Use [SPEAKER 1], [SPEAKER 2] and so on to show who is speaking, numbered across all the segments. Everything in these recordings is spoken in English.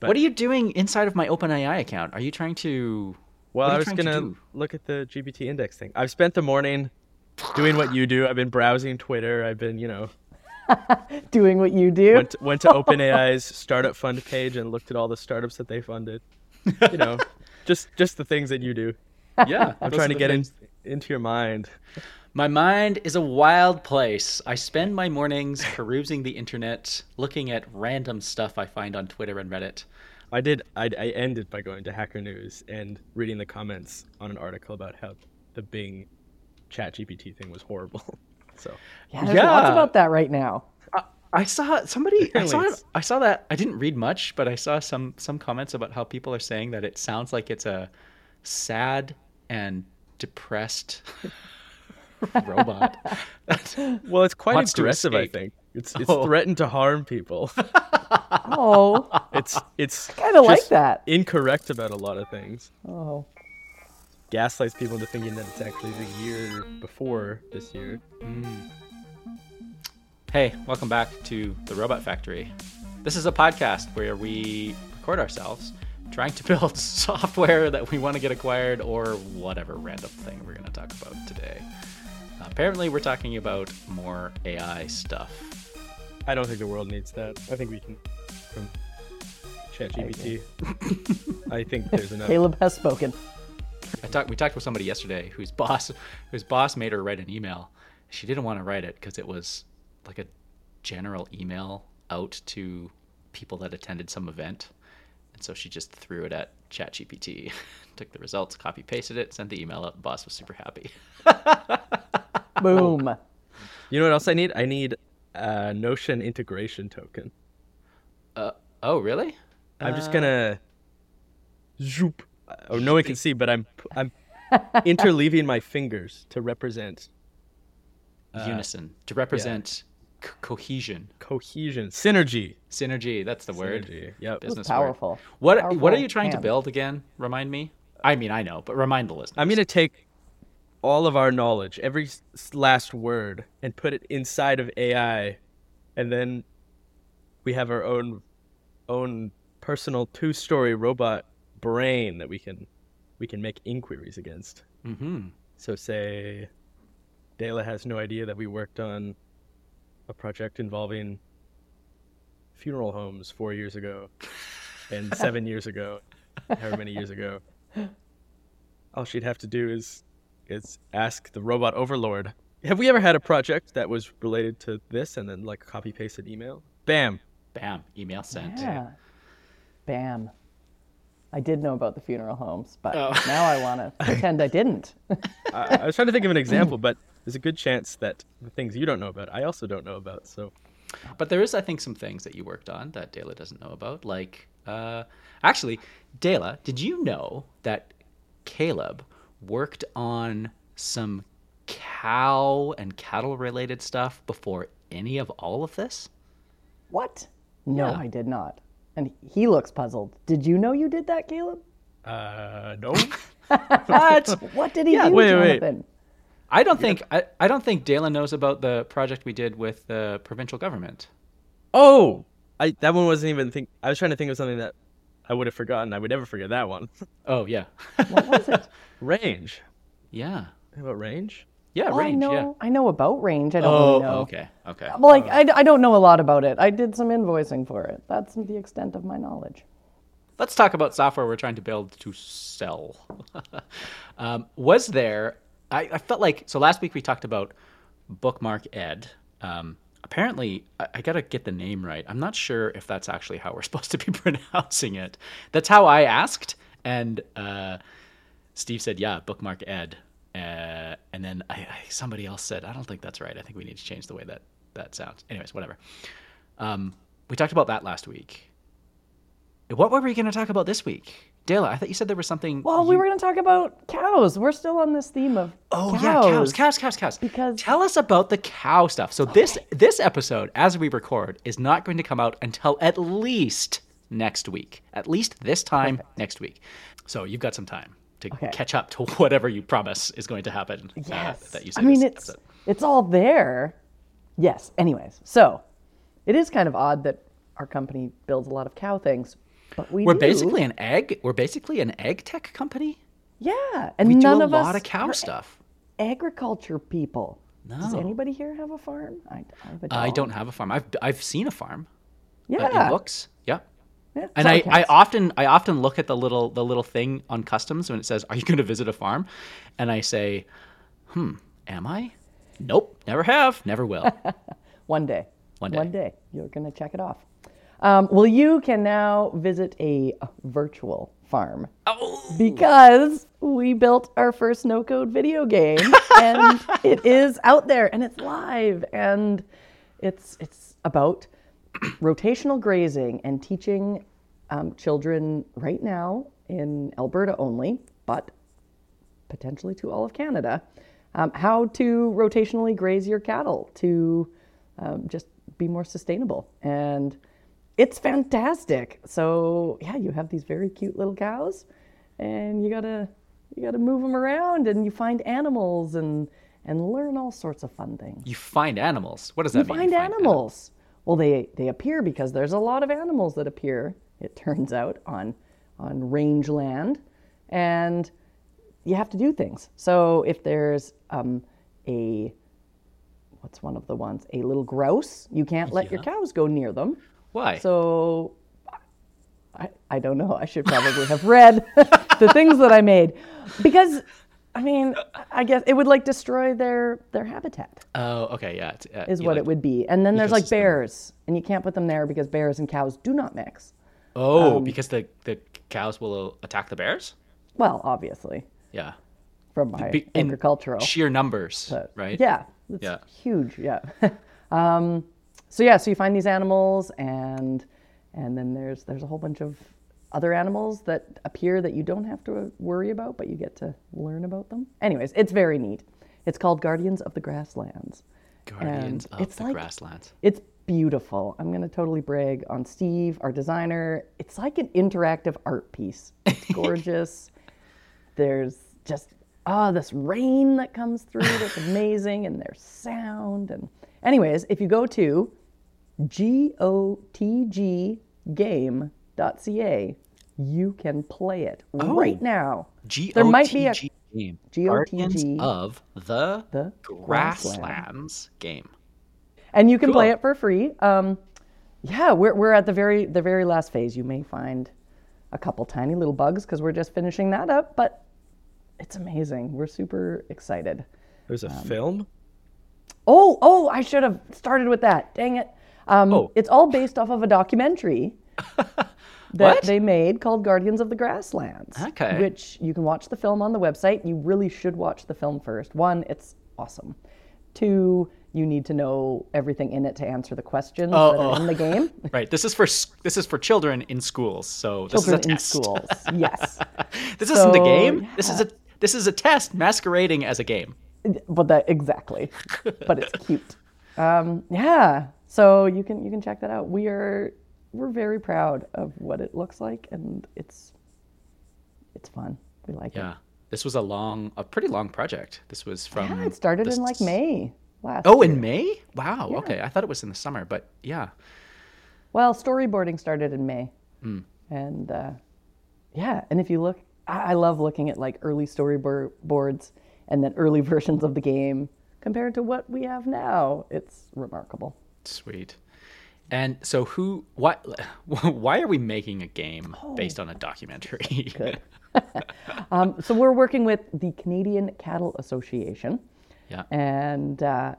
[SPEAKER 1] But
[SPEAKER 2] what are you doing inside of my OpenAI account? Are you trying to?
[SPEAKER 1] Well,
[SPEAKER 2] what are
[SPEAKER 1] I
[SPEAKER 2] you
[SPEAKER 1] was
[SPEAKER 2] trying to
[SPEAKER 1] gonna
[SPEAKER 2] do?
[SPEAKER 1] look at the GPT index thing. I've spent the morning doing what you do. I've been browsing Twitter. I've been, you know,
[SPEAKER 3] doing what you do.
[SPEAKER 1] went to, went to OpenAI's startup fund page and looked at all the startups that they funded. You know, just just the things that you do.
[SPEAKER 2] Yeah,
[SPEAKER 1] I'm
[SPEAKER 2] those
[SPEAKER 1] trying
[SPEAKER 2] are
[SPEAKER 1] to
[SPEAKER 2] the
[SPEAKER 1] get in,
[SPEAKER 2] things.
[SPEAKER 1] into your mind.
[SPEAKER 2] My mind is a wild place. I spend my mornings perusing the internet, looking at random stuff I find on Twitter and Reddit.
[SPEAKER 1] I did. I, I ended by going to Hacker News and reading the comments on an article about how the Bing Chat GPT thing was horrible. So
[SPEAKER 3] yeah, there's lots
[SPEAKER 2] yeah.
[SPEAKER 3] about that right now.
[SPEAKER 2] I saw somebody. I saw.
[SPEAKER 1] Apparently it's-
[SPEAKER 2] I saw that. I didn't read much, but I saw some some comments about how people are saying that it sounds like it's a sad and depressed robot.
[SPEAKER 1] well, it's quite
[SPEAKER 2] Wants to
[SPEAKER 1] aggressive. I
[SPEAKER 2] escape.
[SPEAKER 1] think it's it's
[SPEAKER 2] Oh.
[SPEAKER 1] threatened to harm people.
[SPEAKER 3] Oh,
[SPEAKER 1] It's it's
[SPEAKER 3] kind of like
[SPEAKER 1] just
[SPEAKER 3] that.
[SPEAKER 1] Incorrect about a lot of things.
[SPEAKER 3] Oh,
[SPEAKER 1] Gaslights people into thinking that it's actually the year before this year.
[SPEAKER 2] Hey, welcome back to The Robot Factory. This is a podcast where we record ourselves trying to build software that we want to get acquired or whatever random thing we're going to talk about today. Apparently, we're talking about more AI stuff.
[SPEAKER 1] I don't think the world needs that. I think we can from ChatGPT. I think there's enough.
[SPEAKER 3] Caleb has spoken.
[SPEAKER 2] I talked we talked with somebody yesterday whose boss whose boss made her write an email. She didn't want to write it because it was like a general email out to people that attended some event. And so she just threw it at ChatGPT, took the results, copy pasted it, sent the email out. The boss was super happy. Oh,
[SPEAKER 3] Boom.
[SPEAKER 1] You know what else I need? I need a Notion integration token.
[SPEAKER 2] Uh, oh, really?
[SPEAKER 1] I'm just gonna zoop. Oh, no one can see, but I'm I'm interleaving my fingers to represent
[SPEAKER 2] Unison to represent c- cohesion,
[SPEAKER 1] cohesion, synergy.
[SPEAKER 2] synergy. That's the word.
[SPEAKER 1] Synergy. Yep.
[SPEAKER 2] Business word.
[SPEAKER 3] Powerful.
[SPEAKER 2] What What
[SPEAKER 3] Powerful
[SPEAKER 2] are you trying to
[SPEAKER 3] hand.
[SPEAKER 2] build again? Remind me. I mean, I know, but remind the listeners.
[SPEAKER 1] I'm gonna take all of our knowledge, every s- last word, and put it inside of AI, and then we have our own own personal two-story robot brain that we can we can make inquiries against.
[SPEAKER 2] Mm-hmm.
[SPEAKER 1] So say Dela has no idea that we worked on a project involving funeral homes four years ago and seven years ago, however many years ago. All she'd have to do is is ask the robot overlord, have we ever had a project that was related to this and then like copy paste an email? Bam.
[SPEAKER 2] Bam, email sent.
[SPEAKER 3] Yeah. Bam. I did know about the funeral homes, but
[SPEAKER 2] Oh.
[SPEAKER 3] now I want to pretend I didn't.
[SPEAKER 1] I, I was trying to think of an example, but there's a good chance that the things you don't know about, I also don't know about. So
[SPEAKER 2] But there is, I think, some things that you worked on that Dela doesn't know about. Like, uh, actually, Dela, did you know that Caleb worked on some cow and cattle related stuff before any of all of this?
[SPEAKER 3] What? No,
[SPEAKER 2] Yeah.
[SPEAKER 3] I did not. And he looks puzzled. Did you know you did that, Caleb?
[SPEAKER 1] uh no.
[SPEAKER 2] What?
[SPEAKER 3] What did he do,
[SPEAKER 1] wait, wait.
[SPEAKER 3] Jonathan?
[SPEAKER 2] I don't think I, I don't think Dela knows about the project we did with the provincial government.
[SPEAKER 1] Oh, I that one wasn't even think. I was trying to think of something that I would have forgotten. I would never forget that one.
[SPEAKER 2] Oh yeah,
[SPEAKER 3] What was it?
[SPEAKER 1] range.
[SPEAKER 2] yeah,
[SPEAKER 1] How About range.
[SPEAKER 2] yeah.
[SPEAKER 3] Well,
[SPEAKER 2] range.
[SPEAKER 3] I know.
[SPEAKER 2] Yeah.
[SPEAKER 3] I know about range. I don't
[SPEAKER 2] Oh,
[SPEAKER 3] really know.
[SPEAKER 2] okay, Oh. okay.
[SPEAKER 3] Well, Like I, I don't know a lot about it. I did some invoicing for it. That's the extent of my knowledge.
[SPEAKER 2] Let's talk about software we're trying to build to sell. um, was there, I, I felt like, so last week we talked about Bookmark Ed. Um, apparently, I, I got to get the name right. I'm not sure if that's actually how we're supposed to be pronouncing it. That's how I asked. And uh, Steve said, yeah, Bookmark Ed. Uh, and then I, I, somebody else said, I don't think that's right. I think we need to change the way that that sounds. Anyways, whatever. Um, we talked about that last week. What were we going to talk about this week? Dela, I thought you said there was something.
[SPEAKER 3] Well, we were going to talk about cows. We're still on this theme of
[SPEAKER 2] Oh
[SPEAKER 3] cows.
[SPEAKER 2] yeah, cows, cows, cows, cows.
[SPEAKER 3] Because-
[SPEAKER 2] tell us about the cow stuff. So this this episode, as we record, is not going to come out until at least next week. At least this time next week. So you've got some time to
[SPEAKER 3] Okay.
[SPEAKER 2] catch up to whatever you promise is going to happen. uh,
[SPEAKER 3] Yes.
[SPEAKER 2] that you
[SPEAKER 3] I
[SPEAKER 2] said.
[SPEAKER 3] mean,
[SPEAKER 2] this
[SPEAKER 3] it's
[SPEAKER 2] episode.
[SPEAKER 3] it's all there. Yes. Anyways, so it is kind of odd that our company builds a lot of cow things, But we
[SPEAKER 2] We're
[SPEAKER 3] do.
[SPEAKER 2] basically an egg. We're basically an egg tech company.
[SPEAKER 3] yeah, and
[SPEAKER 2] We
[SPEAKER 3] none
[SPEAKER 2] do a
[SPEAKER 3] of
[SPEAKER 2] lot
[SPEAKER 3] us
[SPEAKER 2] of cow
[SPEAKER 3] are
[SPEAKER 2] stuff.
[SPEAKER 3] agriculture people. Does
[SPEAKER 2] No.
[SPEAKER 3] anybody here have a farm? I, I have a
[SPEAKER 2] I
[SPEAKER 3] dog.
[SPEAKER 2] don't have a farm. I've I've seen a farm.
[SPEAKER 3] Oh. Yeah,
[SPEAKER 2] Uh, it looks. Yeah.
[SPEAKER 3] yeah,
[SPEAKER 2] And I, I
[SPEAKER 3] sarcasm.
[SPEAKER 2] often I often look at the little the little thing on customs when it says, Are you gonna visit a farm? And I say, Hmm, am I? Nope, never have, never will.
[SPEAKER 3] One day.
[SPEAKER 2] One day.
[SPEAKER 3] One day. You're going to check it off. Um, well, you can now visit a virtual farm
[SPEAKER 2] oh
[SPEAKER 3] because we built our first no code video game and it is out there and it's live and it's, it's about rotational grazing and teaching um, children right now in Alberta only, but potentially to all of Canada, um, how to rotationally graze your cattle to um, just be more sustainable. And it's fantastic. So yeah, you have these very cute little cows, and you gotta you gotta move them around, and you find animals and and learn all sorts of fun things
[SPEAKER 2] you find animals. What does that mean?
[SPEAKER 3] find animals. Well, they they appear because there's a lot of animals that appear. It turns out on on rangeland, and you have to do things. So if there's um, a what's one of the ones a little grouse, you can't let your cows go near them.
[SPEAKER 2] Why?
[SPEAKER 3] So I, I don't know. I should probably have read the things that I made because I mean I guess it would like destroy their their habitat
[SPEAKER 2] oh, okay, yeah. It's, uh,
[SPEAKER 3] is
[SPEAKER 2] you
[SPEAKER 3] what
[SPEAKER 2] like-
[SPEAKER 3] it would be. And then there's like
[SPEAKER 2] ecosystem.
[SPEAKER 3] bears, and you can't put them there because bears and cows do not mix.
[SPEAKER 2] Oh,
[SPEAKER 3] um,
[SPEAKER 2] because the, the cows will attack the bears?
[SPEAKER 3] Well, obviously,
[SPEAKER 2] Yeah.
[SPEAKER 3] from my
[SPEAKER 2] Be- in
[SPEAKER 3] agricultural.
[SPEAKER 2] Sheer numbers, right?
[SPEAKER 3] Yeah, it's
[SPEAKER 2] Yeah.
[SPEAKER 3] huge. Yeah. um, so yeah, so you find these animals, and and then there's there's a whole bunch of other animals that appear that you don't have to uh, worry about, but you get to learn about them. Anyways, it's very neat. It's called Guardians of the Grasslands.
[SPEAKER 2] Guardians
[SPEAKER 3] And
[SPEAKER 2] of
[SPEAKER 3] it's
[SPEAKER 2] the
[SPEAKER 3] like-
[SPEAKER 2] grasslands.
[SPEAKER 3] It's beautiful. I'm going to totally brag on Steve, our designer. It's like an interactive art piece. It's gorgeous. There's just ah this rain that comes through that's amazing and there's sound and anyways, if you go to gotggame.ca, you can play it right now.
[SPEAKER 2] G
[SPEAKER 3] There
[SPEAKER 2] O
[SPEAKER 3] might be
[SPEAKER 2] T
[SPEAKER 3] a-
[SPEAKER 2] G game.
[SPEAKER 3] G O T
[SPEAKER 2] Guardians
[SPEAKER 3] G.
[SPEAKER 2] of the,
[SPEAKER 3] The
[SPEAKER 2] grasslands.
[SPEAKER 3] Grasslands.
[SPEAKER 2] game.
[SPEAKER 3] and you can play
[SPEAKER 2] Cool.
[SPEAKER 3] it for free. Um, yeah, we're we're at the very the very last phase. You may find a couple tiny little bugs because we're just finishing that up, but it's amazing. We're super excited.
[SPEAKER 1] There's a film.
[SPEAKER 3] Oh, oh, I should have started with that. Dang it. Um,
[SPEAKER 2] Oh.
[SPEAKER 3] It's all based off of a documentary that
[SPEAKER 2] What?
[SPEAKER 3] they made called Guardians of the Grasslands.
[SPEAKER 2] Okay.
[SPEAKER 3] Which you can watch the film on the website. You really should watch the film first. One, it's awesome. Two, you need to know everything in it to answer the questions that are in the game.
[SPEAKER 2] Right. This is for s- this is for children in schools. So this
[SPEAKER 3] Children
[SPEAKER 2] is a
[SPEAKER 3] in
[SPEAKER 2] test.
[SPEAKER 3] schools. Yes.
[SPEAKER 2] This isn't a
[SPEAKER 3] So,
[SPEAKER 2] game. This is a this is a test masquerading as a game.
[SPEAKER 3] but that exactly but it's cute um, yeah so you can you can check that out we are we're very proud of what it looks like and it's it's fun we like
[SPEAKER 2] Yeah. This was a long, a pretty long project. This was
[SPEAKER 3] it
[SPEAKER 2] from.
[SPEAKER 3] yeah it started
[SPEAKER 2] this-
[SPEAKER 3] in like may last
[SPEAKER 2] Oh, in
[SPEAKER 3] year.
[SPEAKER 2] May? Wow. Okay. I thought it was in the summer, but yeah.
[SPEAKER 3] well storyboarding started in may
[SPEAKER 2] Mm.
[SPEAKER 3] and uh, yeah and if you look I, I love looking at like early storyboards and then early versions of the game compared to what we have now it's remarkable
[SPEAKER 2] Sweet. And so, who? Why? Why are we making a game
[SPEAKER 3] Oh.
[SPEAKER 2] based on a documentary?
[SPEAKER 3] Um, so we're working with the Canadian Cattle Association,
[SPEAKER 2] yeah.
[SPEAKER 3] and uh,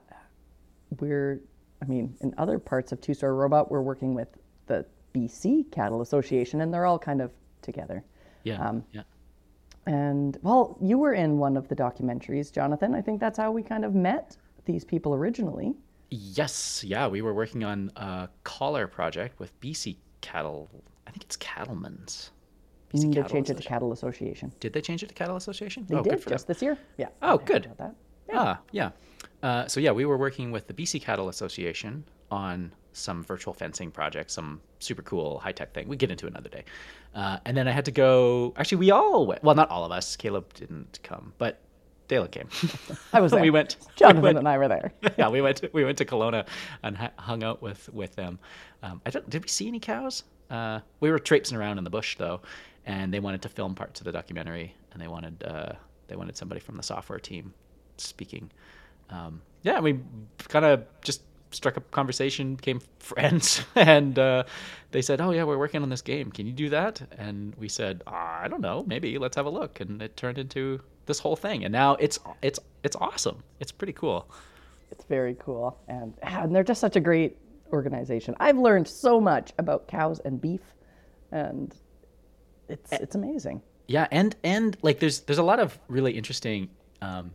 [SPEAKER 3] we're, I mean, in other parts of Two Star Robot, we're working with the BC Cattle Association, and they're all kind of together.
[SPEAKER 2] Yeah.
[SPEAKER 3] um,
[SPEAKER 2] yeah.
[SPEAKER 3] And well, you were in one of the documentaries, Jonathan. I think that's how we kind of met these people originally.
[SPEAKER 2] Yes, yeah, we were working on a collar project with BC cattle. I think it's cattlemen's. BC
[SPEAKER 3] Mm, They
[SPEAKER 2] Cattle
[SPEAKER 3] changed it to
[SPEAKER 2] Associ-
[SPEAKER 3] Cattle Association.
[SPEAKER 2] Did they change it to cattle association?
[SPEAKER 3] They
[SPEAKER 2] oh, good
[SPEAKER 3] did
[SPEAKER 2] for
[SPEAKER 3] just
[SPEAKER 2] them.
[SPEAKER 3] this year. Yeah.
[SPEAKER 2] Oh,
[SPEAKER 3] I'm happy
[SPEAKER 2] good.
[SPEAKER 3] about that.
[SPEAKER 2] Ah, yeah. Uh, so yeah, we were working with the BC Cattle Association on some virtual fencing project, some super cool high tech thing. We get into it another day. Uh, and then I had to go. Actually, we all went. Well, not all of us. Caleb didn't come, but Dale came.
[SPEAKER 3] I was there.
[SPEAKER 2] we went. we
[SPEAKER 3] Jonathan
[SPEAKER 2] went-
[SPEAKER 3] and I were there.
[SPEAKER 2] yeah, we went to, we went to Kelowna and hu- hung out with with them. Um, I don't. Did we see any cows? Uh, we were traipsing around in the bush though, and they wanted to film parts of the documentary, and they wanted uh, they wanted somebody from the software team speaking. Um, yeah, we kind of just struck up a conversation, became friends, and uh, they said, "Oh yeah, we're working on this game. Can you do that?" And we said, "I don't know, maybe. Let's have a look." And it turned into this whole thing, and now it's it's it's awesome. It's pretty cool.
[SPEAKER 3] It's very cool, and, and they're just such a great organization. I've learned so much about cows and beef, and it's it's amazing.
[SPEAKER 2] Yeah, and and like there's there's a lot of really interesting um,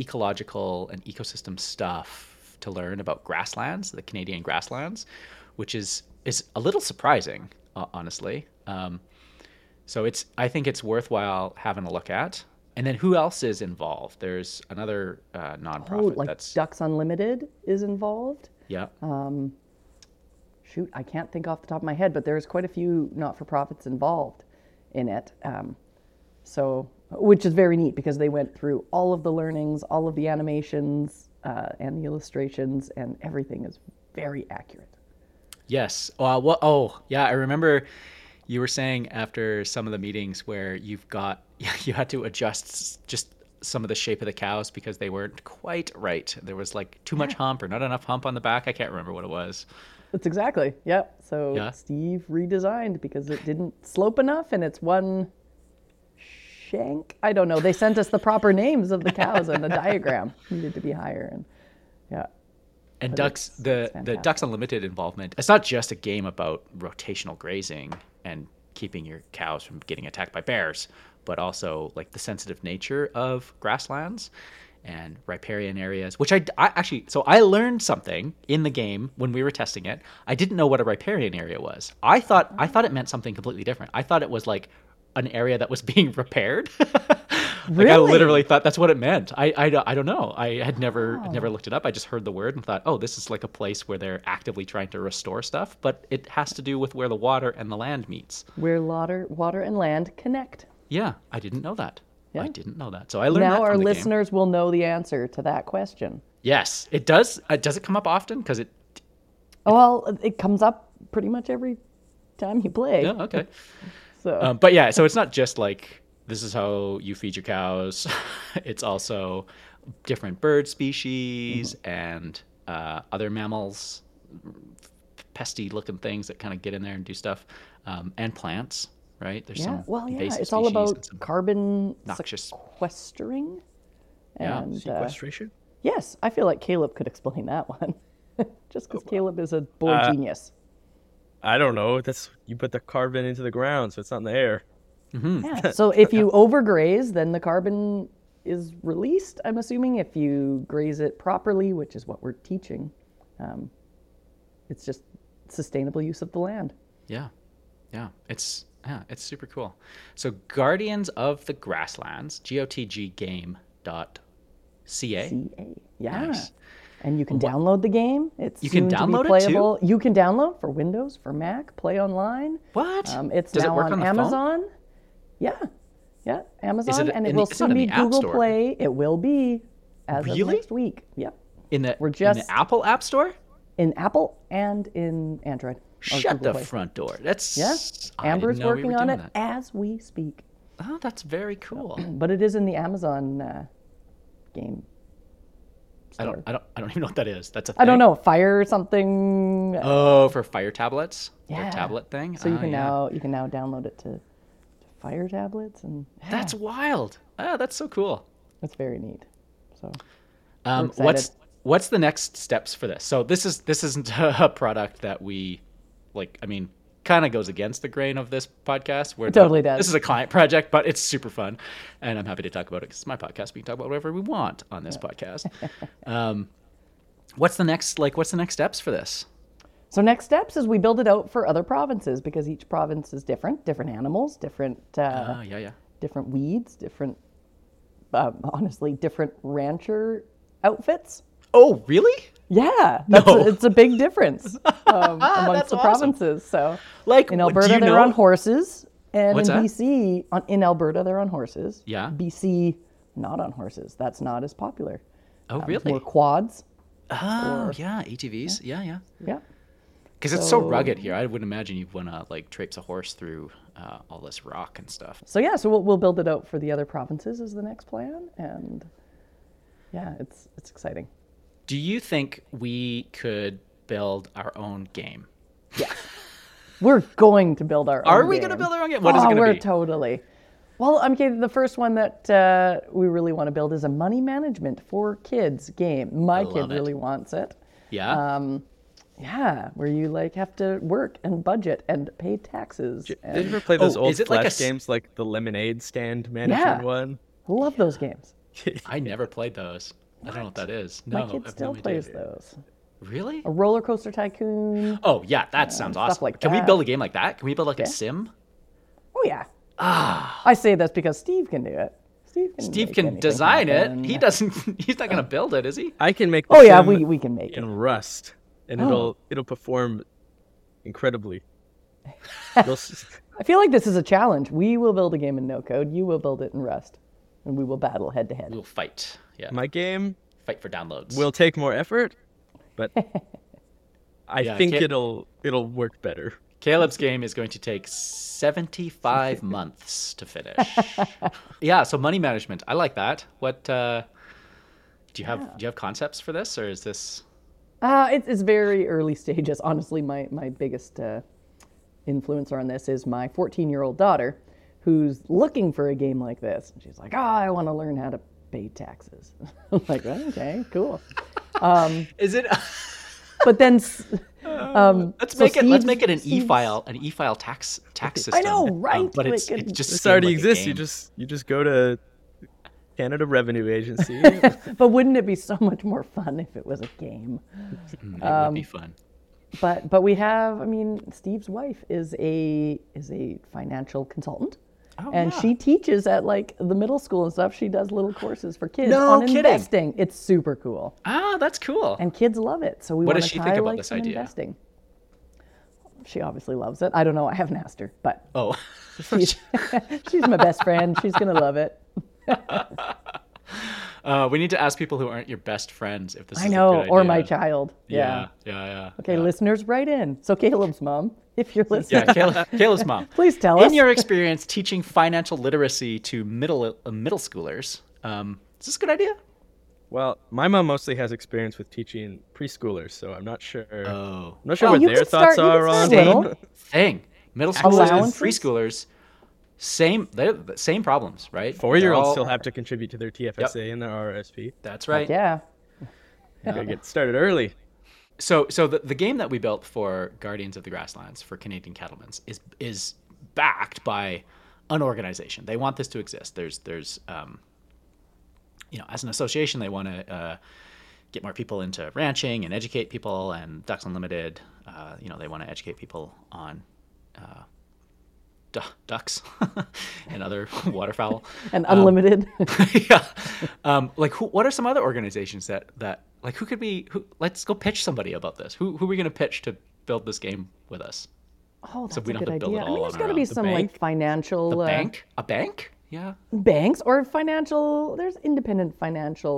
[SPEAKER 2] ecological and ecosystem stuff to learn about grasslands, the Canadian grasslands, which is is a little surprising, uh, honestly. Um, so it's I think it's worthwhile having a look at. And then who else is involved? There's another uh, nonprofit
[SPEAKER 3] Oh, like
[SPEAKER 2] that's
[SPEAKER 3] Ducks Unlimited is involved.
[SPEAKER 2] yeah
[SPEAKER 3] Um, shoot, I can't think off the top of my head, but there's quite a few not for profits involved in it. Um, so, which is very neat because they went through all of the learnings, all of the animations, uh, and the illustrations, and everything is very accurate.
[SPEAKER 2] Yes. Uh, well, oh, yeah. I remember you were saying after some of the meetings where you've got you had to adjust s- just some of the shape of the cows because they weren't quite right. There was like too much hump or not enough hump on the back. I can't remember what it was.
[SPEAKER 3] That's exactly. Yep. So
[SPEAKER 2] Yeah.
[SPEAKER 3] Steve redesigned because it didn't slope enough and it's one shank. I don't know. They sent us the proper names of the cows and the diagram needed to be higher and yeah.
[SPEAKER 2] And ducks
[SPEAKER 3] it's-
[SPEAKER 2] the
[SPEAKER 3] it's
[SPEAKER 2] the
[SPEAKER 3] fantastic.
[SPEAKER 2] ducks unlimited involvement. It's not just a game about rotational grazing and keeping your cows from getting attacked by bears, but also like the sensitive nature of grasslands and riparian areas, which I, I actually so I learned something in the game when we were testing it. I didn't know what a riparian area was. I thought I thought it meant something completely different. I thought it was like an area that was being repaired. Like, I
[SPEAKER 3] Really?
[SPEAKER 2] literally thought that's what it meant. I, I, don't- I don't know. I had never
[SPEAKER 3] Oh.
[SPEAKER 2] never looked it up. I just heard the word and thought, oh, this is like a place where they're actively trying to restore stuff, but it has to do with where the water and the land meets.
[SPEAKER 3] Where water water and land connect.
[SPEAKER 2] Yeah, I didn't know that. I
[SPEAKER 3] Yeah.
[SPEAKER 2] didn't know that. So I learned that
[SPEAKER 3] now
[SPEAKER 2] from
[SPEAKER 3] our
[SPEAKER 2] the game.
[SPEAKER 3] listeners will know the answer to that question.
[SPEAKER 2] Yes, it does. Uh, does it come up often? Because it.
[SPEAKER 3] Oh, Well, it comes up pretty much every time you play.
[SPEAKER 2] Yeah. oh, Okay.
[SPEAKER 3] So
[SPEAKER 2] Um, but yeah, so it's not just like this is how you feed your cows. it's also different bird species
[SPEAKER 3] Mm-hmm.
[SPEAKER 2] and uh, other mammals, pesty looking things that kind of get in there and do stuff, um, and plants. Right? There's
[SPEAKER 3] yeah.
[SPEAKER 2] some
[SPEAKER 3] Well, yeah,
[SPEAKER 2] invasive
[SPEAKER 3] it's all
[SPEAKER 2] species
[SPEAKER 3] about
[SPEAKER 2] and some-
[SPEAKER 3] carbon
[SPEAKER 2] noxious-
[SPEAKER 3] sequestering.
[SPEAKER 2] Yeah,
[SPEAKER 3] And, uh,
[SPEAKER 1] Sequestration?
[SPEAKER 3] Yes, I feel like Caleb could explain that one. Just because Caleb is a boy
[SPEAKER 1] Uh,
[SPEAKER 3] genius.
[SPEAKER 1] I don't know. That's you put the carbon into the ground, so it's not in the air.
[SPEAKER 2] hmm.
[SPEAKER 3] Yeah. So if you overgraze, then the carbon is released, I'm assuming, if you graze it properly, which is what we're teaching. Um, it's just sustainable use of the land.
[SPEAKER 2] Yeah, yeah, it's yeah, it's super cool. So Guardians of the Grasslands, gotggame.ca.
[SPEAKER 3] CA. Yeah.
[SPEAKER 2] Nice.
[SPEAKER 3] And you can download the game. It's
[SPEAKER 2] You can
[SPEAKER 3] soon to be
[SPEAKER 2] download it too?
[SPEAKER 3] playable. You can download for Windows, for Mac, play online.
[SPEAKER 2] What?
[SPEAKER 3] Um, it's
[SPEAKER 2] Does it
[SPEAKER 3] now
[SPEAKER 2] work
[SPEAKER 3] on,
[SPEAKER 2] on the phone?
[SPEAKER 3] Amazon. Yeah, yeah, Amazon,
[SPEAKER 2] it
[SPEAKER 3] and it
[SPEAKER 2] in
[SPEAKER 3] will
[SPEAKER 2] the- it's not
[SPEAKER 3] soon
[SPEAKER 2] in
[SPEAKER 3] be
[SPEAKER 2] the App
[SPEAKER 3] Google
[SPEAKER 2] Store.
[SPEAKER 3] Play. It will be as
[SPEAKER 2] Really?
[SPEAKER 3] of next week. Yep,
[SPEAKER 2] in the
[SPEAKER 3] we're
[SPEAKER 2] in
[SPEAKER 3] just-
[SPEAKER 2] the Apple App Store.
[SPEAKER 3] in Apple and in Android. or
[SPEAKER 2] Shut
[SPEAKER 3] Google
[SPEAKER 2] the
[SPEAKER 3] Play.
[SPEAKER 2] front door. That's
[SPEAKER 3] Yeah,
[SPEAKER 2] I didn't
[SPEAKER 3] Amber's
[SPEAKER 2] know we
[SPEAKER 3] working
[SPEAKER 2] were
[SPEAKER 3] on it
[SPEAKER 2] doing that.
[SPEAKER 3] as we speak,
[SPEAKER 2] Oh, that's very cool.
[SPEAKER 3] but it is in the Amazon uh, game.
[SPEAKER 2] I don't,
[SPEAKER 3] Store.
[SPEAKER 2] I don't, I don't even know what that is. That's a thing.
[SPEAKER 3] I don't know Fire or something.
[SPEAKER 2] Oh, for fire tablets. Their
[SPEAKER 3] Yeah.
[SPEAKER 2] tablet thing.
[SPEAKER 3] so you
[SPEAKER 2] Oh,
[SPEAKER 3] can
[SPEAKER 2] yeah.
[SPEAKER 3] now you can now download it to, to Fire tablets, and yeah,
[SPEAKER 2] That's wild. Ah, that's so cool.
[SPEAKER 3] that's very neat. So
[SPEAKER 2] Um,
[SPEAKER 3] excited.
[SPEAKER 2] what's what's the next steps for this? So this is this isn't a product that we like. I mean, kind of goes against the grain of this podcast. Where
[SPEAKER 3] totally does.
[SPEAKER 2] This is a client project, but it's super fun, and I'm happy to talk about it 'cause it's my podcast. We can talk about whatever we want on this podcast. um, what's the next like? What's the next steps for this?
[SPEAKER 3] So next steps is we build it out for other provinces because each province is different, different animals, different uh,
[SPEAKER 2] Oh yeah, yeah.
[SPEAKER 3] different weeds, different um, honestly different rancher outfits.
[SPEAKER 2] Oh really?
[SPEAKER 3] Yeah, that's
[SPEAKER 2] No. Ah,
[SPEAKER 3] a, it's a big difference um,
[SPEAKER 2] That's
[SPEAKER 3] amongst the
[SPEAKER 2] awesome.
[SPEAKER 3] provinces. So
[SPEAKER 2] Like
[SPEAKER 3] in
[SPEAKER 2] what- do
[SPEAKER 3] Alberta,
[SPEAKER 2] you
[SPEAKER 3] they're
[SPEAKER 2] know-
[SPEAKER 3] on horses, and
[SPEAKER 2] What's
[SPEAKER 3] in
[SPEAKER 2] that?
[SPEAKER 3] BC, on, in Alberta, they're on horses.
[SPEAKER 2] Yeah.
[SPEAKER 3] BC, not on horses. That's not as popular. Um,
[SPEAKER 2] Oh
[SPEAKER 3] More
[SPEAKER 2] really?
[SPEAKER 3] quads.
[SPEAKER 2] Ah, Oh E yeah, ATVs. Yeah, yeah.
[SPEAKER 3] Yeah.
[SPEAKER 2] Because it's so rugged here. I wouldn't imagine you'd want to like traipse a horse through uh, all this rock and stuff.
[SPEAKER 3] So yeah, so we'll, we'll build it out for the other provinces is the next plan, and yeah, it's it's exciting.
[SPEAKER 2] Do you think we could build our own game?
[SPEAKER 3] We're going to build our.
[SPEAKER 2] Are
[SPEAKER 3] own
[SPEAKER 2] we
[SPEAKER 3] game.
[SPEAKER 2] going to build our own game? What is it
[SPEAKER 3] Oh,
[SPEAKER 2] going
[SPEAKER 3] we're
[SPEAKER 2] to be?
[SPEAKER 3] totally. Well, I'm okay. The first one that uh, we really want to build is a money management for kids game. My
[SPEAKER 2] love
[SPEAKER 3] kid
[SPEAKER 2] it.
[SPEAKER 3] really wants it.
[SPEAKER 2] yeah.
[SPEAKER 3] Um, yeah, where you like have to work and budget and pay taxes.
[SPEAKER 1] Did you
[SPEAKER 3] and-
[SPEAKER 1] ever play those
[SPEAKER 2] Oh,
[SPEAKER 1] old
[SPEAKER 2] is it
[SPEAKER 1] flash
[SPEAKER 2] like a s-
[SPEAKER 1] games like the lemonade stand management
[SPEAKER 3] Yeah.
[SPEAKER 1] one?
[SPEAKER 3] Love those games.
[SPEAKER 2] I never played those. I don't know what that is. No,
[SPEAKER 3] My
[SPEAKER 2] I have
[SPEAKER 3] kid still
[SPEAKER 2] no idea.
[SPEAKER 3] plays those.
[SPEAKER 2] Really?
[SPEAKER 3] A roller coaster tycoon.
[SPEAKER 2] Oh yeah, that sounds
[SPEAKER 3] stuff
[SPEAKER 2] awesome.
[SPEAKER 3] like
[SPEAKER 2] Can we
[SPEAKER 3] that.
[SPEAKER 2] build a game like that? Can we build like a sim?
[SPEAKER 3] Oh yeah. Ah. I say this because Steve can do it. Steve can.
[SPEAKER 2] Steve
[SPEAKER 3] make
[SPEAKER 2] can
[SPEAKER 3] anything
[SPEAKER 2] design
[SPEAKER 3] happen.
[SPEAKER 2] it. He doesn't. He's not going to build it, is he?
[SPEAKER 1] I can make. The
[SPEAKER 3] Oh yeah,
[SPEAKER 1] sim
[SPEAKER 3] we, we can make it.
[SPEAKER 1] in Rust, and
[SPEAKER 3] Oh.
[SPEAKER 1] it'll it'll perform incredibly. You'll s-
[SPEAKER 3] I feel like this is a challenge. We will build a game in no code. You will build it in Rust, and we will battle head to head.
[SPEAKER 2] We'll fight. Yeah,
[SPEAKER 1] my game
[SPEAKER 2] fight for downloads.
[SPEAKER 1] will take more effort, but I
[SPEAKER 2] Yeah, I
[SPEAKER 1] think
[SPEAKER 2] can't-
[SPEAKER 1] it'll it'll work better.
[SPEAKER 2] Caleb's game is going to take 75 months to finish. yeah, so money management. I like that. What uh, do you have do you have concepts for this or is this
[SPEAKER 3] Uh, it, it's very early stages. Honestly, my, my biggest uh, influencer on this is my 14 year old daughter who's looking for a game like this. And she's like, oh, I want to learn how to pay taxes. I'm like, "Oh, okay, cool.
[SPEAKER 2] Is it
[SPEAKER 3] But then, s- um,
[SPEAKER 2] Let's
[SPEAKER 3] so
[SPEAKER 2] make it let's
[SPEAKER 3] Steve's-
[SPEAKER 2] make it an
[SPEAKER 3] Steve's-
[SPEAKER 2] e-file, an e-file tax tax system. Um,
[SPEAKER 3] I know, right?
[SPEAKER 2] but it's,
[SPEAKER 3] Like,
[SPEAKER 2] it
[SPEAKER 3] it-
[SPEAKER 2] just
[SPEAKER 1] This
[SPEAKER 2] seemed
[SPEAKER 1] already
[SPEAKER 2] like a
[SPEAKER 1] exists. You
[SPEAKER 2] game.
[SPEAKER 1] just you just go to Canada Revenue Agency.
[SPEAKER 3] But wouldn't it be so much more fun if it was a game?
[SPEAKER 2] it would
[SPEAKER 3] Um,
[SPEAKER 2] be fun.
[SPEAKER 3] But but we have, I mean, Steve's wife is a is a financial consultant.
[SPEAKER 2] Oh,
[SPEAKER 3] and
[SPEAKER 2] yeah.
[SPEAKER 3] she teaches at like the middle school and stuff. She does little courses for kids
[SPEAKER 2] No
[SPEAKER 3] on
[SPEAKER 2] kidding.
[SPEAKER 3] investing. It's super cool,
[SPEAKER 2] Ah, that's cool.
[SPEAKER 3] and kids love it. So we
[SPEAKER 2] What
[SPEAKER 3] want
[SPEAKER 2] does
[SPEAKER 3] to
[SPEAKER 2] she
[SPEAKER 3] tie
[SPEAKER 2] think about
[SPEAKER 3] like
[SPEAKER 2] this
[SPEAKER 3] some
[SPEAKER 2] idea?
[SPEAKER 3] investing. She obviously loves it. I don't know. I haven't asked her, but
[SPEAKER 2] oh.
[SPEAKER 3] she's, she's my best friend. She's gonna love it.
[SPEAKER 2] Uh, we need to ask people who aren't your best friends if this is
[SPEAKER 3] I
[SPEAKER 2] a
[SPEAKER 3] know,
[SPEAKER 2] good
[SPEAKER 3] or
[SPEAKER 2] idea.
[SPEAKER 3] my child. Yeah.
[SPEAKER 2] Yeah, yeah, yeah.
[SPEAKER 3] Okay,
[SPEAKER 2] yeah.
[SPEAKER 3] listeners, write in. So Caleb's mom, if you're listening,
[SPEAKER 2] Yeah, Caleb, Caleb's mom.
[SPEAKER 3] please tell us.
[SPEAKER 2] In your experience teaching financial literacy to middle uh, middle schoolers, um, is this a good idea?
[SPEAKER 1] well, my mom mostly has experience with teaching preschoolers, so I'm not sure.
[SPEAKER 2] Oh,
[SPEAKER 1] I'm not sure
[SPEAKER 3] Well,
[SPEAKER 1] what
[SPEAKER 3] you
[SPEAKER 1] their
[SPEAKER 3] could
[SPEAKER 1] thoughts
[SPEAKER 3] start- you
[SPEAKER 1] are
[SPEAKER 3] could
[SPEAKER 1] on
[SPEAKER 3] start little.
[SPEAKER 2] thing. Middle schoolers and
[SPEAKER 3] Allowances?
[SPEAKER 2] preschoolers, same they're the same problems, right?
[SPEAKER 1] Four year olds
[SPEAKER 2] They're all-
[SPEAKER 1] still have to contribute to their TFSA and their RRSP.
[SPEAKER 2] That's right.
[SPEAKER 3] yeah.
[SPEAKER 1] Gotta get started early.
[SPEAKER 2] So, so the, the game that we built for Guardians of the Grasslands for Canadian Cattlemen's is is backed by an organization. They want this to exist. There's there's um, you know, as an association, they want to uh, get more people into ranching and educate people. And Ducks Unlimited, uh, you know, they want to educate people on uh, du- ducks and other waterfowl.
[SPEAKER 3] And
[SPEAKER 2] Um,
[SPEAKER 3] unlimited.
[SPEAKER 2] yeah. Um, like, who, what are some other organizations that that like who could be? Who, let's go pitch somebody about this. Who who are we going to pitch to build this game with us?
[SPEAKER 3] oh, that's
[SPEAKER 2] we
[SPEAKER 3] a
[SPEAKER 2] don't
[SPEAKER 3] good
[SPEAKER 2] have to build it
[SPEAKER 3] idea. I
[SPEAKER 2] all
[SPEAKER 3] mean, there's
[SPEAKER 2] on
[SPEAKER 3] got
[SPEAKER 2] our
[SPEAKER 3] to
[SPEAKER 2] own.
[SPEAKER 3] be
[SPEAKER 2] The
[SPEAKER 3] some
[SPEAKER 1] bank?
[SPEAKER 3] like financial
[SPEAKER 2] A
[SPEAKER 3] uh,
[SPEAKER 2] bank? A bank? Yeah.
[SPEAKER 3] banks or financial there's independent financial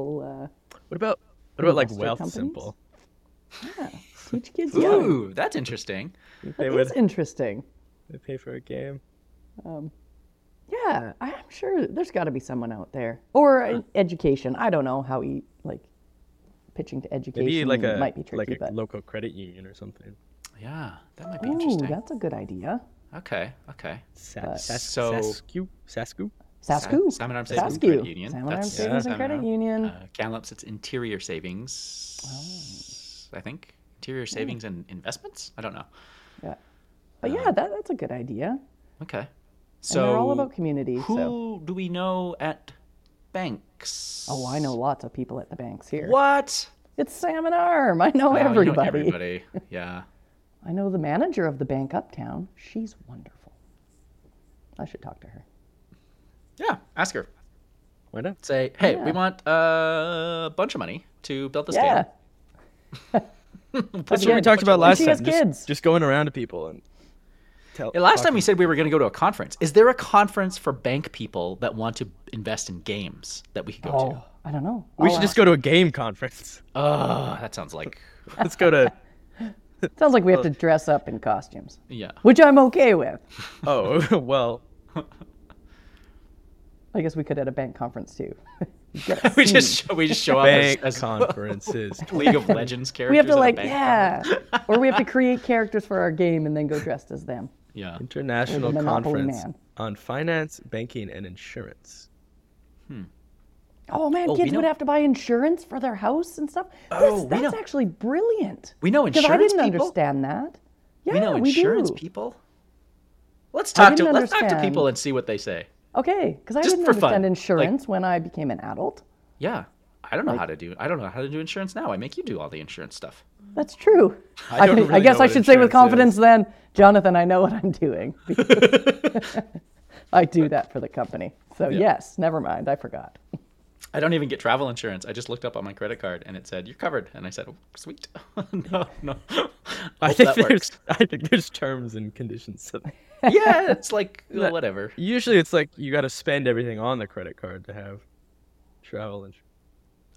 [SPEAKER 3] uh,
[SPEAKER 1] What about what about like
[SPEAKER 3] Investor
[SPEAKER 1] Wealth
[SPEAKER 3] companies?
[SPEAKER 1] Simple?
[SPEAKER 3] uh, teach kids young.
[SPEAKER 2] Ooh, that's interesting.
[SPEAKER 1] They would
[SPEAKER 3] It's interesting.
[SPEAKER 1] they pay for a game.
[SPEAKER 3] Yeah, I- I'm sure there's got to be someone out there or uh, education. I don't know how he like pitching to education
[SPEAKER 1] Maybe like a
[SPEAKER 3] might be
[SPEAKER 1] like
[SPEAKER 3] tricky,
[SPEAKER 1] a
[SPEAKER 3] but
[SPEAKER 1] local credit union or something.
[SPEAKER 2] Yeah, that might be
[SPEAKER 3] ooh,
[SPEAKER 2] interesting.
[SPEAKER 3] that's a good idea.
[SPEAKER 2] Okay. Okay.
[SPEAKER 1] Sa- sas-
[SPEAKER 2] So-
[SPEAKER 1] Sasku? Sasku?
[SPEAKER 3] Sasku,
[SPEAKER 2] Salmon Arm Savings and
[SPEAKER 3] Sasku,
[SPEAKER 2] Credit Union.
[SPEAKER 3] Salmon Arm
[SPEAKER 2] That's-
[SPEAKER 3] Savings and
[SPEAKER 2] Salmon
[SPEAKER 3] Credit
[SPEAKER 2] Arm.
[SPEAKER 3] Union.
[SPEAKER 2] Uh, Canlop's it's interior
[SPEAKER 3] Oh.
[SPEAKER 2] savings. I think
[SPEAKER 3] Mm.
[SPEAKER 2] interior savings and investments. I don't know.
[SPEAKER 3] yeah, but yeah, that, that's a good idea.
[SPEAKER 2] Okay.
[SPEAKER 3] And
[SPEAKER 2] So
[SPEAKER 3] they're all about community.
[SPEAKER 2] Who
[SPEAKER 3] So,
[SPEAKER 2] do we know at banks?
[SPEAKER 3] oh, I know lots of people at the banks here.
[SPEAKER 2] What?
[SPEAKER 3] It's Salmon Arm. I know
[SPEAKER 2] Oh, you know
[SPEAKER 3] everybody.
[SPEAKER 2] everybody. Yeah.
[SPEAKER 3] I know the manager of the bank uptown. She's wonderful. I should talk to her.
[SPEAKER 2] Yeah. Ask her.
[SPEAKER 1] Why not?
[SPEAKER 3] Oh,
[SPEAKER 2] Say, hey, we want uh, a bunch of money to build this
[SPEAKER 3] Yeah.
[SPEAKER 2] game.
[SPEAKER 1] That's what we talked about last
[SPEAKER 3] she
[SPEAKER 1] time.
[SPEAKER 3] has
[SPEAKER 1] Just-
[SPEAKER 3] kids.
[SPEAKER 1] Just, going around to people and tell.
[SPEAKER 2] Yeah, Last time
[SPEAKER 1] talking-
[SPEAKER 2] we said we were going to go to a conference. Is there a conference for bank people that want to invest in games that we could go
[SPEAKER 3] Oh, I don't know.
[SPEAKER 1] we
[SPEAKER 3] I'll
[SPEAKER 1] should
[SPEAKER 3] ask. Oh.
[SPEAKER 1] just go to a game conference.
[SPEAKER 2] to? Oh, that sounds like
[SPEAKER 1] Let's go to
[SPEAKER 3] Sounds like we
[SPEAKER 2] Oh.
[SPEAKER 3] have to dress up in costumes,
[SPEAKER 2] Yeah.
[SPEAKER 3] which I'm okay with.
[SPEAKER 1] Oh, well,
[SPEAKER 3] I guess we could at a bank conference too.
[SPEAKER 2] we just show, we just show up as,
[SPEAKER 1] bank
[SPEAKER 2] as
[SPEAKER 1] conferences.
[SPEAKER 2] League of Legends characters.
[SPEAKER 3] we have to
[SPEAKER 2] at a
[SPEAKER 3] like
[SPEAKER 2] bank
[SPEAKER 3] yeah, or we have to create characters for our game and then go dressed as them.
[SPEAKER 2] Yeah.
[SPEAKER 1] International
[SPEAKER 3] Monopoly
[SPEAKER 1] Conference
[SPEAKER 3] Man.
[SPEAKER 1] on Finance, Banking, and Insurance.
[SPEAKER 3] Oh man,
[SPEAKER 2] Oh, we
[SPEAKER 3] kids would
[SPEAKER 2] know-
[SPEAKER 3] have to buy insurance for their house and stuff.
[SPEAKER 2] Oh,
[SPEAKER 3] This-
[SPEAKER 2] we
[SPEAKER 3] that's
[SPEAKER 2] know-
[SPEAKER 3] actually brilliant.
[SPEAKER 2] We know
[SPEAKER 3] Because I
[SPEAKER 2] insurance
[SPEAKER 3] didn't
[SPEAKER 2] people.
[SPEAKER 3] understand that. Yeah,
[SPEAKER 2] we know insurance
[SPEAKER 3] do.
[SPEAKER 2] people. Let's talk to
[SPEAKER 3] didn't
[SPEAKER 2] let's talk to
[SPEAKER 3] understand.
[SPEAKER 2] people and see what they say.
[SPEAKER 3] Okay, because I
[SPEAKER 2] Just
[SPEAKER 3] didn't
[SPEAKER 2] for fun,
[SPEAKER 3] understand
[SPEAKER 2] like-
[SPEAKER 3] insurance when I became an adult.
[SPEAKER 2] Yeah. I don't know how to do I don't know how to do insurance now. I make you do all the insurance stuff.
[SPEAKER 3] That's true. I,
[SPEAKER 1] don't
[SPEAKER 3] think- I
[SPEAKER 1] really
[SPEAKER 3] guess
[SPEAKER 1] know
[SPEAKER 3] I
[SPEAKER 1] what
[SPEAKER 3] should say with
[SPEAKER 1] insurance
[SPEAKER 3] confidence then, Jonathan, I know what I'm doing. I do that for the company. So, yes, never mind. I forgot.
[SPEAKER 2] I don't even get travel insurance. I just looked up on my credit card and it said you're covered, and I said, oh, "Sweet, no, no."
[SPEAKER 1] I
[SPEAKER 2] Hope
[SPEAKER 1] think
[SPEAKER 2] that
[SPEAKER 1] there's
[SPEAKER 2] works.
[SPEAKER 1] I think there's terms and conditions. To that.
[SPEAKER 2] yeah, it's like well, whatever.
[SPEAKER 1] Usually, it's like you got to spend everything on the credit card to have travel insurance.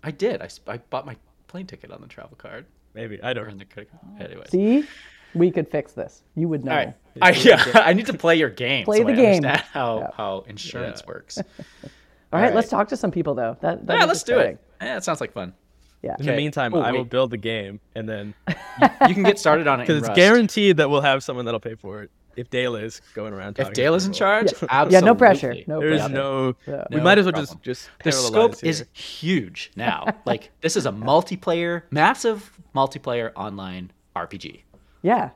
[SPEAKER 2] I did. I, sp- I bought my plane ticket on the travel card
[SPEAKER 1] Maybe I
[SPEAKER 2] or on
[SPEAKER 1] don't.
[SPEAKER 2] the credit card. Anyway,
[SPEAKER 3] See, we could fix this. You would know.
[SPEAKER 2] all right. I, yeah, I need to play your game.
[SPEAKER 3] Play
[SPEAKER 2] so
[SPEAKER 3] the
[SPEAKER 2] I
[SPEAKER 3] game.
[SPEAKER 2] Understand how how insurance works.
[SPEAKER 3] All right,
[SPEAKER 2] All
[SPEAKER 3] let's talk to some people, though. That, that
[SPEAKER 2] yeah,
[SPEAKER 3] is
[SPEAKER 2] let's do
[SPEAKER 3] exciting.
[SPEAKER 2] it. Yeah, it sounds like fun.
[SPEAKER 3] Yeah.
[SPEAKER 1] In
[SPEAKER 2] Okay.
[SPEAKER 1] the meantime,
[SPEAKER 2] Oh,
[SPEAKER 1] I will
[SPEAKER 2] wait.
[SPEAKER 1] build the game, and then
[SPEAKER 2] You can get started on it. in
[SPEAKER 1] because it's
[SPEAKER 2] Rust.
[SPEAKER 1] guaranteed that we'll have someone that'll pay for it if Dale is going around.
[SPEAKER 2] If
[SPEAKER 1] talking
[SPEAKER 2] Dale
[SPEAKER 1] to
[SPEAKER 2] is in
[SPEAKER 1] people.
[SPEAKER 2] charge, absolutely.
[SPEAKER 3] Yeah, no pressure. No
[SPEAKER 1] there is
[SPEAKER 3] pressure.
[SPEAKER 1] no.
[SPEAKER 3] Yeah.
[SPEAKER 1] We
[SPEAKER 2] No
[SPEAKER 1] might as well just
[SPEAKER 2] problem.
[SPEAKER 1] just
[SPEAKER 2] the scope
[SPEAKER 1] parallelize here.
[SPEAKER 2] is huge now. like this is a multiplayer, massive multiplayer online RPG.
[SPEAKER 3] Yeah.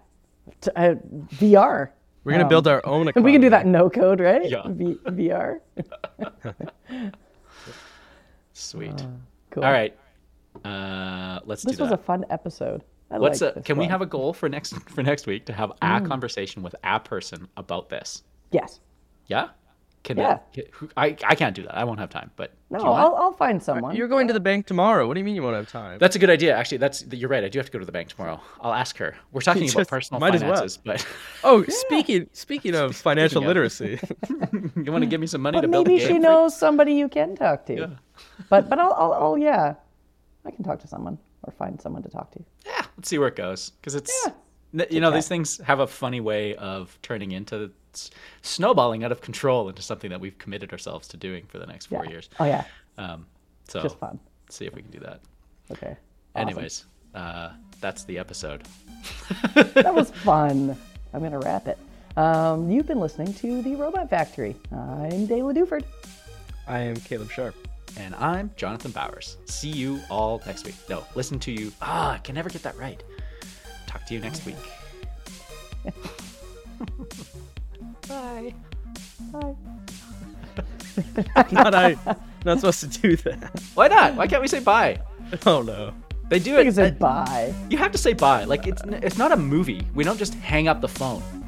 [SPEAKER 3] T- uh, VR.
[SPEAKER 1] We're gonna build our own.
[SPEAKER 3] We can do
[SPEAKER 1] economy.
[SPEAKER 3] that in no code, right?
[SPEAKER 2] Yeah.
[SPEAKER 3] V- VR.
[SPEAKER 2] Sweet.
[SPEAKER 3] Cool.
[SPEAKER 2] All right. Uh, let's
[SPEAKER 3] This
[SPEAKER 2] do
[SPEAKER 3] was
[SPEAKER 2] that.
[SPEAKER 3] a fun episode. I
[SPEAKER 2] What's
[SPEAKER 3] liked
[SPEAKER 2] a,
[SPEAKER 3] this
[SPEAKER 2] can we
[SPEAKER 3] one. Mm.
[SPEAKER 2] have a goal for next for next week to have a conversation with a person about this?
[SPEAKER 3] Yes.
[SPEAKER 2] Yeah. Can
[SPEAKER 3] Yeah.
[SPEAKER 2] that- can- who- I I can't do that. I won't have time. But do
[SPEAKER 3] No,
[SPEAKER 2] you want?
[SPEAKER 3] I'll, I'll find someone.
[SPEAKER 1] You're going to the bank tomorrow. What do you mean you won't have time?
[SPEAKER 2] That's a good idea. Actually, that's you're right. I do have to go to the bank tomorrow. I'll ask her. We're talking about
[SPEAKER 1] Just-
[SPEAKER 2] personal
[SPEAKER 1] might as well.
[SPEAKER 2] finances,
[SPEAKER 1] oh, speaking speaking of financial
[SPEAKER 2] of-
[SPEAKER 1] literacy,
[SPEAKER 2] but you want to give me some money
[SPEAKER 3] But
[SPEAKER 2] to build a
[SPEAKER 3] maybe she
[SPEAKER 2] game?
[SPEAKER 3] knows somebody you can talk to. But but I'll, I'll, I'll yeah, I can talk to someone or find someone to talk to.
[SPEAKER 2] yeah, let's see where it goes. Because it's, th- you know, these things have a funny way of turning into s- snowballing out of control into something that we've committed ourselves to doing for the next four
[SPEAKER 3] Yeah.
[SPEAKER 2] years.
[SPEAKER 3] Oh yeah,
[SPEAKER 2] Um, so
[SPEAKER 3] just fun.
[SPEAKER 2] see if we can do that.
[SPEAKER 3] Okay.
[SPEAKER 2] Anyways, uh, that's the episode.
[SPEAKER 3] that was fun. I'm gonna wrap it. Um, you've been listening to the Robot Factory. I'm Dayla Duford.
[SPEAKER 1] I am Caleb Sharp.
[SPEAKER 2] And I'm Jonathan Bowers. See you all next week. No, listen to you. Ah, I can never get that right. Talk to you next week. Bye.
[SPEAKER 3] Bye.
[SPEAKER 1] Not I. Not supposed to do that.
[SPEAKER 2] Why not? Why can't we say bye?
[SPEAKER 1] Oh no.
[SPEAKER 2] They do
[SPEAKER 3] You can
[SPEAKER 2] it.
[SPEAKER 3] say
[SPEAKER 2] uh,
[SPEAKER 3] bye.
[SPEAKER 2] You have to say bye. Like it's n- it's not a movie. We don't just hang up the phone.